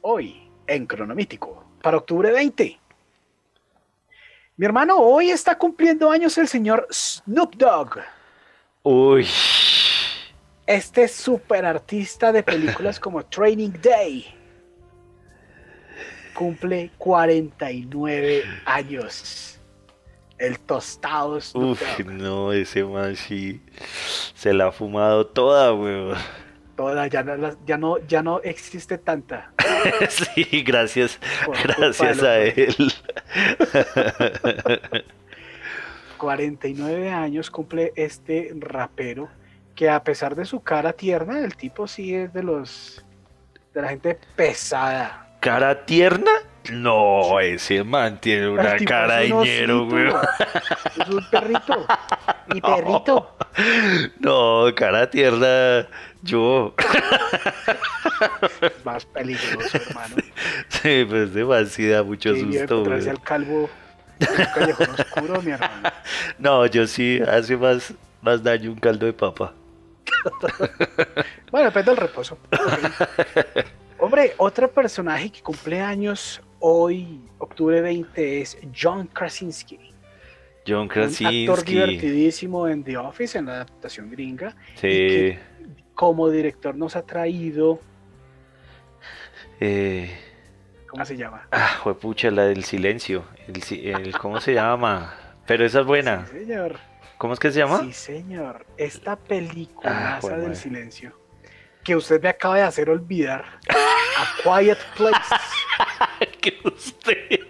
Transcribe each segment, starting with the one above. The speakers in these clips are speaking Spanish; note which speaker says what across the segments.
Speaker 1: hoy en Cronomítico para octubre 20. Mi hermano, hoy está cumpliendo años el señor Snoop Dogg.
Speaker 2: Uy.
Speaker 1: Este super artista de películas como Training Day cumple 49 años. El tostado Snoop
Speaker 2: Uf,
Speaker 1: Dogg.
Speaker 2: no, ese man sí se la ha fumado toda, weón.
Speaker 1: Toda, ya, no, las- ya, no, ya no existe tanta.
Speaker 2: Sí, gracias,
Speaker 1: Por culpa
Speaker 2: gracias
Speaker 1: de
Speaker 2: a
Speaker 1: los
Speaker 2: él.
Speaker 1: 49 años cumple este rapero que a pesar de su cara tierna, el tipo sí es de los... de la gente pesada.
Speaker 2: ¿Cara tierna? No, ese man tiene una
Speaker 1: El tipo
Speaker 2: cara de
Speaker 1: es un
Speaker 2: ñero,
Speaker 1: osito,
Speaker 2: weón.
Speaker 1: Es un perrito. Mi perrito.
Speaker 2: No, cara tierna, yo.
Speaker 1: Más peligroso, hermano.
Speaker 2: Sí, pero ese man sí da mucho
Speaker 1: Sí,
Speaker 2: susto,
Speaker 1: encontrarse
Speaker 2: weón.
Speaker 1: al calvo en un callejón oscuro, mi hermano.
Speaker 2: No, yo sí, hace más, más daño un caldo de papa.
Speaker 1: Bueno, depende del reposo. Ok. Hombre, otro personaje que cumple años hoy, octubre 20, es John Krasinski.
Speaker 2: John
Speaker 1: Un actor
Speaker 2: Krasinski.
Speaker 1: divertidísimo en The Office, en la adaptación gringa.
Speaker 2: Sí.
Speaker 1: Como director nos ha traído,
Speaker 2: Eh,
Speaker 1: ¿cómo se llama?
Speaker 2: ah, juepucha, la del silencio. El, si- el- ¿Cómo se llama? Pero esa es buena.
Speaker 1: Sí, señor.
Speaker 2: ¿Cómo es que se llama?
Speaker 1: Sí, señor. Esta película
Speaker 2: Ah, jue
Speaker 1: del
Speaker 2: madre.
Speaker 1: silencio que usted me acaba de hacer olvidar. A Quiet Place.
Speaker 2: que usted.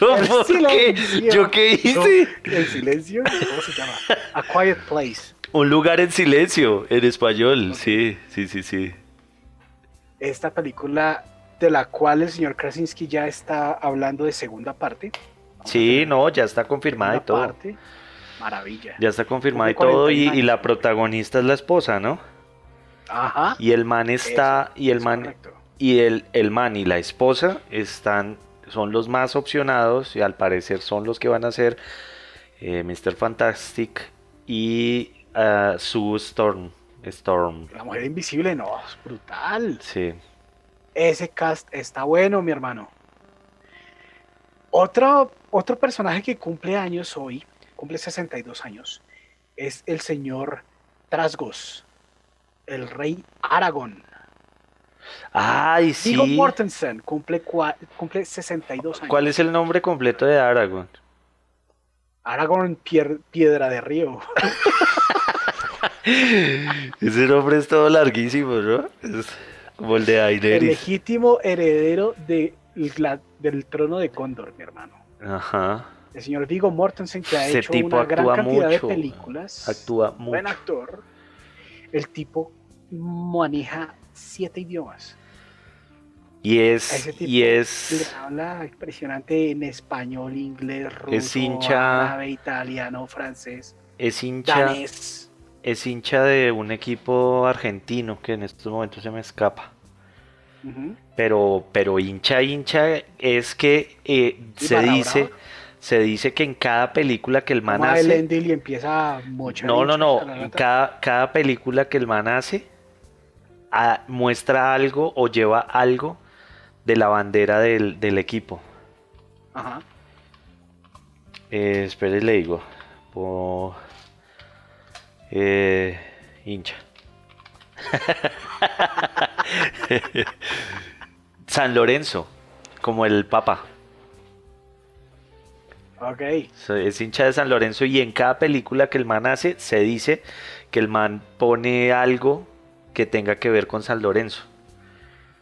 Speaker 2: Yo,
Speaker 1: El
Speaker 2: ¿por qué?
Speaker 1: silencio.
Speaker 2: ¿Yo qué
Speaker 1: No,
Speaker 2: hice?
Speaker 1: el silencio, ¿cómo se llama? A Quiet Place.
Speaker 2: Un lugar en silencio, en español.
Speaker 1: Ok.
Speaker 2: Sí, sí, sí, sí.
Speaker 1: Esta película de la cual el señor Krasinski ya está hablando de segunda parte.
Speaker 2: Sí, no, ya está confirmada y
Speaker 1: Segunda
Speaker 2: todo.
Speaker 1: parte. Maravilla.
Speaker 2: Ya está confirmada y
Speaker 1: Cumple
Speaker 2: todo. Y,
Speaker 1: 41
Speaker 2: y la
Speaker 1: años.
Speaker 2: protagonista es la esposa, ¿no?
Speaker 1: Ajá.
Speaker 2: Y el man está. y el
Speaker 1: es
Speaker 2: man.
Speaker 1: correcto.
Speaker 2: Y el, el man y la esposa están. Son los más opcionados. Y al parecer son los que van a ser eh, Mr. Fantastic y ah, Sue Storm. Storm.
Speaker 1: La mujer invisible, no, es brutal.
Speaker 2: Sí.
Speaker 1: Ese cast está bueno, mi hermano. Otro, otro personaje que cumple años hoy, cumple 62 años, es el señor Trasgos, el rey Aragón.
Speaker 2: Ay, sí.
Speaker 1: Viggo Mortensen cumple, cua- cumple 62 años.
Speaker 2: ¿Cuál es el nombre completo de Aragorn?
Speaker 1: Aragón Pier- Piedra de Río.
Speaker 2: Ese nombre es todo larguísimo, ¿no? Es como el de
Speaker 1: El
Speaker 2: Daenerys.
Speaker 1: legítimo heredero de la- del trono de Cóndor, mi hermano.
Speaker 2: Ajá.
Speaker 1: El señor Viggo Mortensen, que ha
Speaker 2: Ese
Speaker 1: hecho
Speaker 2: tipo
Speaker 1: una gran
Speaker 2: actúa
Speaker 1: cantidad
Speaker 2: mucho,
Speaker 1: de películas.
Speaker 2: Actúa
Speaker 1: buen
Speaker 2: mucho.
Speaker 1: actor, el tipo maneja siete idiomas.
Speaker 2: Y
Speaker 1: A ese
Speaker 2: es,
Speaker 1: tipo
Speaker 2: y
Speaker 1: Le
Speaker 2: es,
Speaker 1: habla impresionante en español, inglés, ruso,
Speaker 2: hincha-
Speaker 1: árabe, italiano, francés,
Speaker 2: es hincha,
Speaker 1: danés.
Speaker 2: es hincha de un equipo argentino que en estos momentos se me escapa.
Speaker 1: Ujú.
Speaker 2: Pero, pero hincha, hincha es que eh,
Speaker 1: Y
Speaker 2: se
Speaker 1: Barra
Speaker 2: dice,
Speaker 1: Brava.
Speaker 2: se dice que en cada película que el man
Speaker 1: Toma el
Speaker 2: hace,
Speaker 1: Endil y empieza a mochar.
Speaker 2: No, no,
Speaker 1: hinchas
Speaker 2: no.
Speaker 1: a la
Speaker 2: En
Speaker 1: lata.
Speaker 2: cada, cada película que el man hace, a- muestra algo o lleva algo de la bandera del, del equipo.
Speaker 1: Ajá.
Speaker 2: Eh, espere, le digo. Po- eh, hincha. San Lorenzo, como el Papa.
Speaker 1: Ok.
Speaker 2: So- Es hincha de San Lorenzo y en cada película que el man hace se dice que el man pone algo que tenga que ver con San Lorenzo.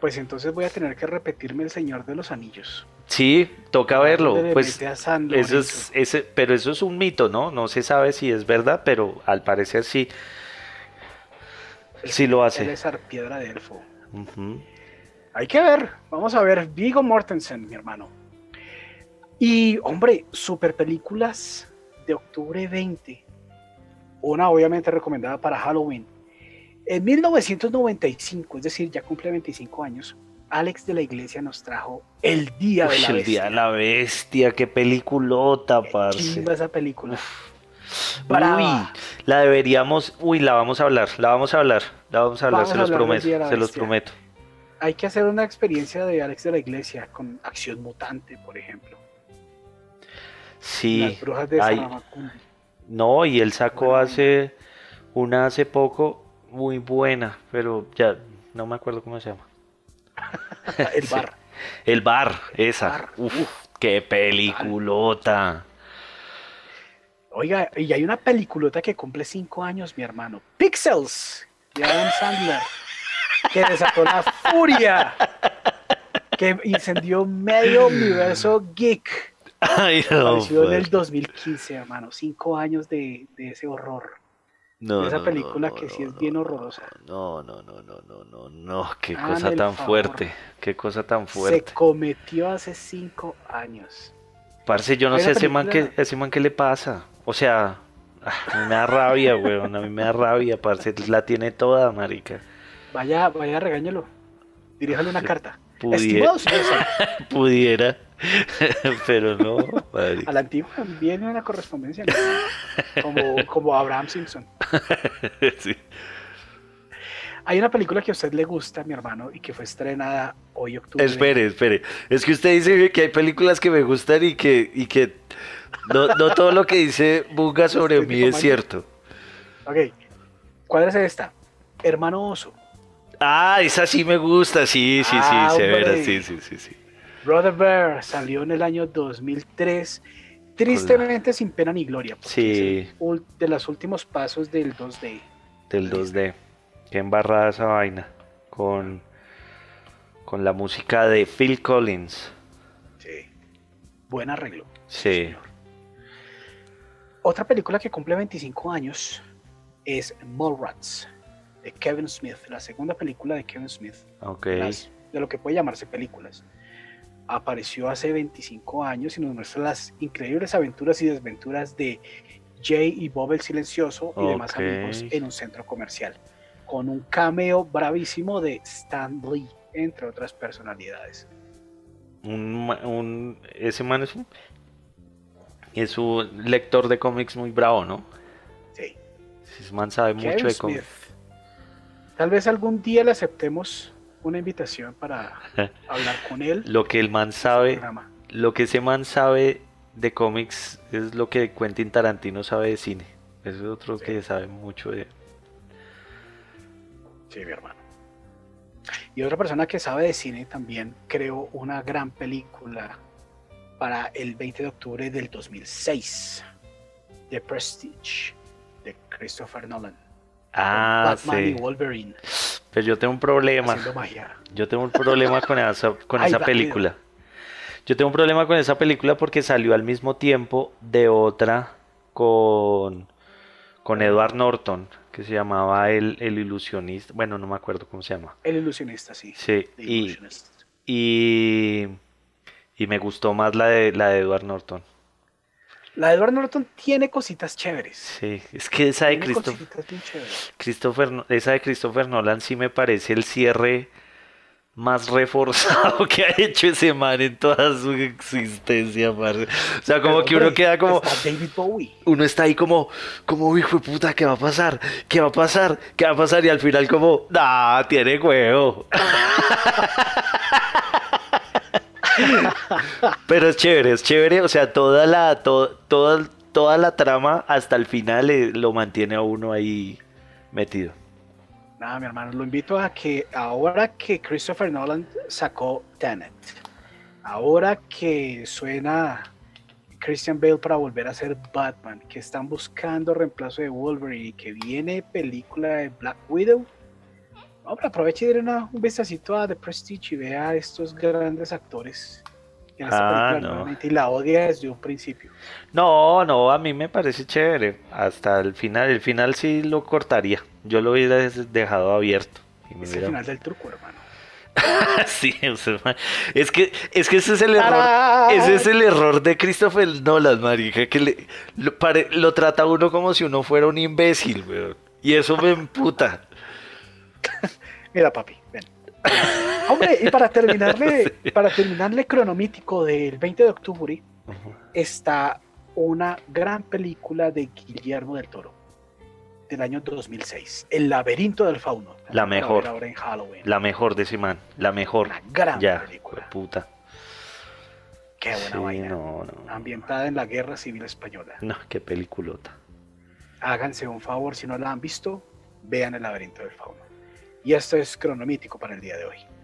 Speaker 1: Pues entonces voy a tener que repetirme El Señor de los Anillos.
Speaker 2: Sí, toca verlo.
Speaker 1: Le
Speaker 2: Pues
Speaker 1: mete a San
Speaker 2: eso es,
Speaker 1: Lorenzo.
Speaker 2: ese, pero eso es un mito, ¿no? No se sabe si es verdad, pero al parecer sí. Sí lo
Speaker 1: Él
Speaker 2: hace.
Speaker 1: es Arpiedra de Elfo.
Speaker 2: Ujú.
Speaker 1: Hay que ver, vamos a ver Vigo Mortensen, mi hermano. Y hombre, super películas de octubre 20. Una obviamente recomendada para Halloween. En 1995, es decir, ya cumple 25 años, Alex de la Iglesia nos trajo El Día de
Speaker 2: Uy,
Speaker 1: la
Speaker 2: el día
Speaker 1: Bestia.
Speaker 2: de la bestia, qué peliculota, parce.
Speaker 1: Chimba esa película.
Speaker 2: Uy,
Speaker 1: Brava.
Speaker 2: la deberíamos, uy, la vamos a hablar, la vamos a hablar, la vamos a hablar,
Speaker 1: Vamos
Speaker 2: se
Speaker 1: a
Speaker 2: los
Speaker 1: hablar del
Speaker 2: prometo,
Speaker 1: Día de la
Speaker 2: se los
Speaker 1: Bestia.
Speaker 2: prometo.
Speaker 1: Hay que hacer una experiencia de Alex de la Iglesia con Acción Mutante, por ejemplo.
Speaker 2: Sí. Las brujas de hay... No, y él sacó bueno, hace una hace poco muy buena, pero ya no me acuerdo cómo se llama.
Speaker 1: el bar.
Speaker 2: El bar, esa. El bar. Uf, Uf, qué peliculota.
Speaker 1: Oiga, y hay una peliculota que cumple cinco años, mi hermano. Pixels, de Adam Sandler, que desató la furia, que incendió medio universo geek. Ay, no, apareció en
Speaker 2: pues.
Speaker 1: el 2015, hermano. Cinco años de, de ese horror. No, de esa
Speaker 2: no,
Speaker 1: película que sí es bien horrorosa.
Speaker 2: No, no, no, no, no, no, no. Qué Háganme cosa tan fuerte. Qué cosa tan fuerte.
Speaker 1: Se cometió hace cinco años.
Speaker 2: Parce, yo no sé a ese man, que, ese man qué le pasa. O sea, ah, a mí me da rabia, weón. A mí me da rabia, parce. La tiene toda, marica.
Speaker 1: Vaya, vaya, regáñalo. Diríjale una carta.
Speaker 2: Pudiera. Pudiera. Pero no.
Speaker 1: Marica. A la antigua viene una correspondencia. ¿no? Como, como Abraham Simpson. sí. Hay una película que a usted le gusta, mi hermano, y que fue estrenada hoy octubre.
Speaker 2: Espere, espere. Es que usted dice que hay películas que me gustan y que, y que no, no todo lo que dice Buga sobre mí es cierto.
Speaker 1: Ok. ¿Cuál es esta? Hermano Oso.
Speaker 2: Ah, esa sí me gusta, sí, sí, ah, sí, severa, sí, sí, sí, sí.
Speaker 1: Brother Bear salió en el año 2003, tristemente Hola. sin pena ni gloria, porque sí. es el, de los últimos pasos del 2D.
Speaker 2: Del 2D. Qué embarrada esa vaina. Con, con la música de Phil Collins.
Speaker 1: Sí. Buen arreglo.
Speaker 2: Sí. Señor.
Speaker 1: Otra película que cumple 25 años es Mallrats, de Kevin Smith, la segunda película de Kevin Smith.
Speaker 2: Ok.
Speaker 1: Las, de lo que puede llamarse películas. Apareció hace 25 años y nos muestra las increíbles aventuras y desventuras de Jay y Bob el Silencioso y okay. demás amigos en un centro comercial con un cameo bravísimo de Stan Lee, entre otras personalidades.
Speaker 2: Un, un, ese man es un, es un lector de cómics muy bravo, ¿no?
Speaker 1: Sí.
Speaker 2: Ese man sabe Kevin mucho de cómics.
Speaker 1: Tal vez algún día le aceptemos una invitación para hablar con él.
Speaker 2: Lo que el man sabe, lo que ese man sabe de cómics es lo que Quentin Tarantino sabe de cine. Es otro sí. que sabe mucho de,
Speaker 1: Sí, mi hermano. Y otra persona que sabe de cine también creó una gran película para el 20 de octubre del 2006, The Prestige, de Christopher Nolan.
Speaker 2: Ah,
Speaker 1: Batman
Speaker 2: sí.
Speaker 1: y Wolverine.
Speaker 2: Pero yo tengo un problema.
Speaker 1: Magia.
Speaker 2: Yo tengo un problema con esa, con Ay, esa película. Miedo. Yo tengo un problema con esa película porque salió al mismo tiempo de otra con, con Edward Norton que se llamaba el, el, ilusionista, bueno, no me acuerdo cómo se llama.
Speaker 1: El ilusionista, sí.
Speaker 2: Sí, y, y, y, me gustó más la de, la de Edward Norton.
Speaker 1: La de Edward Norton tiene cositas chéveres.
Speaker 2: Sí, es que esa de Christopher, Christopher, esa de Christopher Nolan sí me parece el cierre más reforzado que ha hecho ese man en toda su existencia, parce. O sea, como Pero, que uno queda como.
Speaker 1: pues, Está David Bowie.
Speaker 2: Uno está ahí como, como, hijo de puta, ¿qué va a pasar? ¿Qué va a pasar? ¿Qué va a pasar? Y al final, como, nah, tiene huevo. Pero es chévere, es chévere. O sea, toda la, to, toda, toda la trama hasta el final eh, lo mantiene a uno ahí metido.
Speaker 1: Nada, mi hermano, lo invito a que ahora que Christopher Nolan sacó Tenet, ahora que suena Christian Bale para volver a ser Batman, que están buscando reemplazo de Wolverine y que viene película de Black Widow, hombre, aproveche y denle un vistacito a The Prestige y vea a estos grandes actores. En esta
Speaker 2: ah, no.
Speaker 1: Y la odia desde un principio.
Speaker 2: No, no, a mí me parece chévere. Hasta el final, el final sí lo cortaría. Yo lo hubiera dejado abierto.
Speaker 1: Y es el final del truco, hermano.
Speaker 2: sí, es que, es que ese es el
Speaker 1: Ah.
Speaker 2: error. Ese es el error de Christopher Nolan, marica, que le, lo, pare, lo trata a uno como si uno fuera un imbécil, weón. Y eso me emputa.
Speaker 1: Mira, papi, ven. Hombre, y para terminarle, sí. para terminarle cronomítico del 20 de octubre, uh -huh. está una gran película de Guillermo del Toro. del año 2006. El laberinto del fauno. Vamos
Speaker 2: La
Speaker 1: a
Speaker 2: mejor.
Speaker 1: ver Ahora en Halloween.
Speaker 2: La mejor de ese man, la mejor.
Speaker 1: Una gran
Speaker 2: ya,
Speaker 1: película.
Speaker 2: puta.
Speaker 1: Qué buena
Speaker 2: Sí,
Speaker 1: vaina.
Speaker 2: no, no.
Speaker 1: Ambientada en la Guerra Civil Española.
Speaker 2: No, qué peliculota.
Speaker 1: Háganse un favor, si no la han visto, vean El laberinto del fauno. Y esto es cronomítico para el día de hoy.